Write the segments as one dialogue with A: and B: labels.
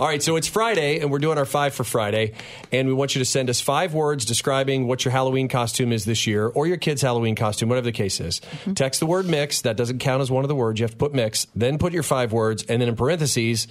A: All right, so it's Friday, and we're doing our five for Friday, and we want you to send us five words describing what your Halloween costume is this year, or your kid's Halloween costume, whatever the case is. Text the word mix. That doesn't count as one of the words. You have to put mix, then put your five words, and then in parentheses,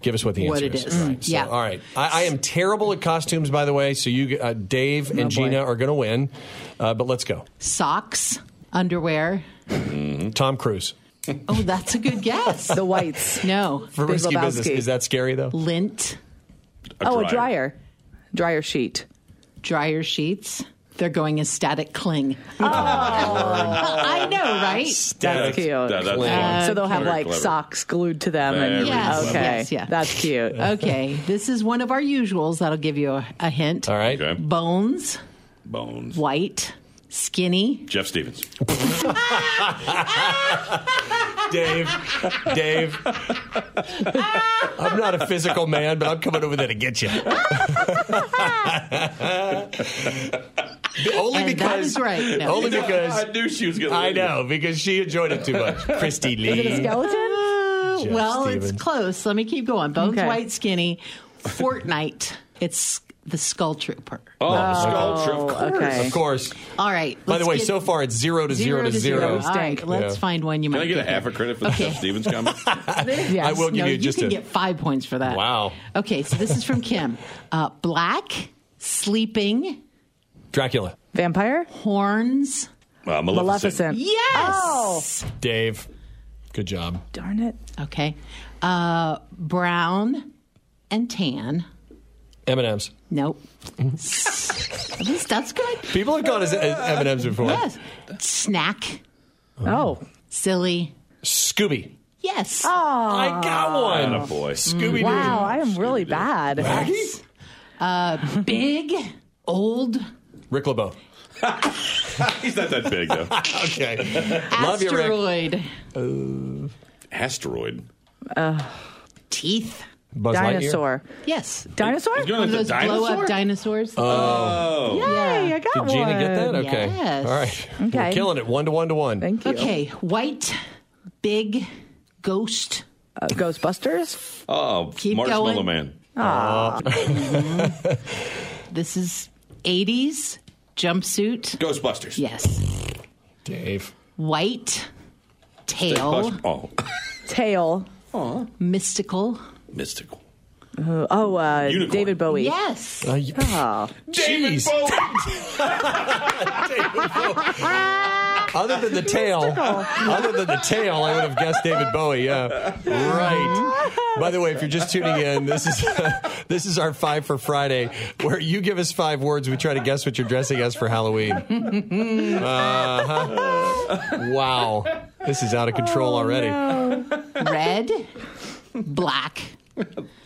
A: give us what the
B: What
A: answer
B: it
A: is.
B: is. Mm-hmm.
A: Right, so,
B: yeah.
A: All right. I, I am terrible at costumes, by the way. So you, uh, Dave and
B: Oh, boy.
A: Gina are going to win, uh, but let's go.
B: Socks, underwear.
A: Tom Cruise
B: Oh, that's a good guess.
C: The whites.
B: no.
A: for
C: Big
A: risky business.
C: Lebowski.
A: Is that scary though?
B: Lint,
C: oh, a dryer. Dryer sheet.
B: dryer sheets. They're going as static cling. I know, right?
C: Oh. That's cute.
D: That- that's
C: so they'll have
D: Very
C: like
D: clever.
C: socks glued to them.
D: Very
C: And,
B: Uh, Yes,
C: okay.
B: yes, yeah.
C: That's cute.
B: Okay, this is one of our usuals. That'll give you a, a hint.
A: All right.
D: Okay.
B: Bones,
D: Bones.
B: white, skinny.
D: Jeff Stevens.
A: Dave, Dave, I'm not a physical man, but I'm coming over there to get you. only
B: And that
A: because
B: is right. No.
A: only because
D: I knew she was going to
A: I know because she enjoyed it too much. Christy Lee,
B: Uh,
A: Jeff
B: well,
A: Stevens.
B: it's close. Let me keep going. Bones,
C: Okay.
B: white, skinny. Fortnite. It's the Skull Trooper.
D: Oh, sculpture, of course.
C: Okay.
A: of course.
B: All right.
A: By the
B: let's
A: way,
B: get
A: so far it's zero to zero, to zero.
B: All right,
C: Stink.
B: let's
A: Yeah.
B: find one you
D: Can
B: might
D: I get a
B: think of.
D: half a credit for the
B: Okay.
D: Jeff Stevens comment?
B: Yes.
A: I will give
B: no,
A: you just
B: can
A: a-
B: get five points for that.
A: Wow.
B: Okay, so this is from Kim. Uh, black, sleeping,
A: Dracula,
C: Vampire?
B: horns.
D: Uh,
C: Maleficent.
D: Maleficent.
B: Yes.
A: Dave, good job.
C: Darn it.
B: Okay. Uh, brown and tan.
A: M and M's.
B: Nope. At least that's good.
A: People have gone as M and M's before.
B: Yes. Snack.
C: Oh.
B: Silly.
A: Scooby,
B: Yes.
A: I got one.
D: Oh, boy.
A: Scooby Doo.
C: Mm. Wow. I am really bad.
B: Big. Old.
A: Rick LeBeau.
D: He's not that big, though.
A: Okay. Love you, Rick.
B: asteroid.
D: Asteroid.
B: Teeth.
A: Buzz Lightyear.
C: Dinosaur.
B: Yes.
C: Dinosaur?
D: He's going
B: One
D: to
B: of those
D: dinosaur?
B: blow up dinosaurs.
D: oh.
C: Yay, I got
A: Did Gina
C: one.
A: get that? Okay.
B: Yes.
A: All right. We're
C: Okay.
A: killing it. One to one to one.
C: Thank you.
B: okay. White. Big. Ghost.
C: Uh, Ghostbusters?
D: Oh,
B: Keep
D: Marshmallow
B: going.
D: Man.
B: This is 80s. Jumpsuit.
D: Ghostbusters.
B: Yes.
A: Dave.
B: White. Tail.
D: Ghostbusters. Oh,
C: Tail.
B: Mystical.
D: mystical.
C: Oh, uh,
D: Unicorn.
C: David Bowie.
B: Yes.
C: Oh.
A: Uh, you-
D: David
A: Jeez.
D: Bowie.
A: Other than the tail, other than the tail, I would have guessed David Bowie. Yeah, right. By the way, if you're just tuning in, this is this is our five for Friday, where you give us five words, we try to guess what you're dressing as for Halloween. Uh-huh. Wow, this is out of control
C: Oh,
A: already.
B: Red. black.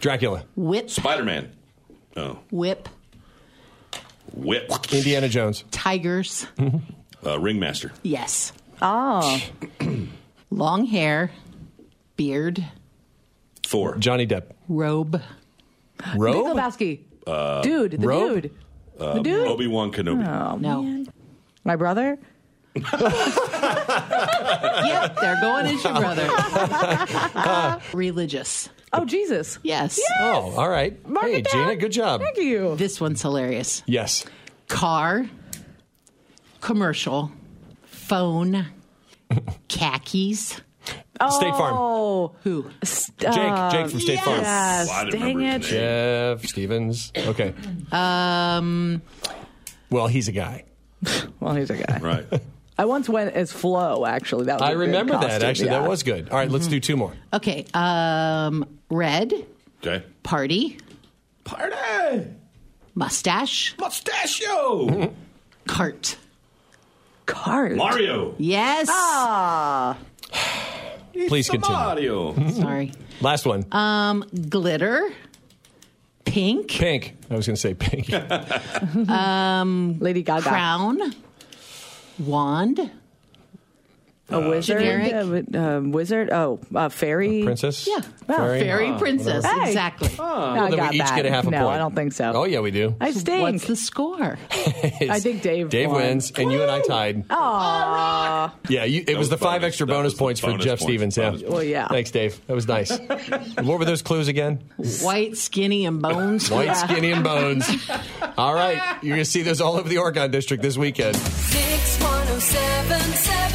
A: Dracula,
B: Whip.
D: Spider-Man. Oh,
B: Whip.
D: Whip.
A: Indiana Jones,
B: Tigers.
D: Uh, Ringmaster.
B: Yes.
C: Oh.
B: Long hair. Beard.
D: Thor.
A: Johnny Depp,
B: Robe.
C: Big
A: Robe.
C: Lebowski. dude. The
A: Robe?
C: dude. the dude. Oh.
D: Obi-Wan Kenobi.
B: no.
C: My brother?
B: Yep, they're going as your brother. Religious.
C: Oh, Jesus.
B: Yes.
A: Oh, all right.
C: Mark
A: hey,
C: it down.
A: Gina, good job.
C: Thank you.
B: This one's hilarious.
A: Yes.
B: Car. Commercial. Phone. Khakis.
A: State Farm.
C: Oh.
B: Who?
A: Jake, Jake from State Farm.
C: Yes.
D: Well, I didn't
C: Dang it.
D: remember his name.
A: Jeff Stevens. Okay.
B: Um,
A: Well, he's a guy.
C: Well, he's a guy.
D: Right.
C: I once went as Flo, actually. That was
A: I
C: a good
A: remember that.
C: costume,
A: Actually,
C: yeah. Mm-hmm.
A: that was good. All right, let's do two more.
B: okay. Um, red.
D: Okay.
B: Party.
D: Party.
B: Mustache.
D: Mustachio.
B: Cart.
C: Cars.
D: Mario.
B: Yes.
C: Ah.
A: Please
D: It's a
A: continue.
D: Mario.
B: Sorry.
A: Last one.
C: Uh,
B: Glitter. Pink.
A: pink. I was going to say pink.
C: Lady Gaga.
B: Crown. Wand. uh,
C: A wizard.
B: generic.
C: A wi- uh, um, wizard. Oh, a fairy.
A: Princess.
B: Yeah.
A: Fairy.
B: Fairy princess.
C: Hey. Oh,
B: Exactly.
C: No,
A: Well,
C: I
A: then
C: got
A: we each
C: that.
A: get a half a
C: no,
A: point.
C: I don't think so.
A: Oh yeah, we do.
C: I stink.
B: What's the score?
C: I think Dave
A: Dave
C: won. Oh.
A: wins, and you and I tied.
C: Aw.
A: Yeah, you, it was,
D: was
A: the five
D: bonus.
A: extra
D: That
A: bonus
D: was the
A: points for
D: bonus
A: Jeff
D: points.
A: Stevens. Yeah.
D: Bonus points.
C: Well, yeah.
A: Thanks, Dave. That was nice. what were those clues again?
B: White, skinny, and bones.
A: White, skinny, and bones. All right, you're going to see those all over the Oregon District this weekend.
E: Mix 1077.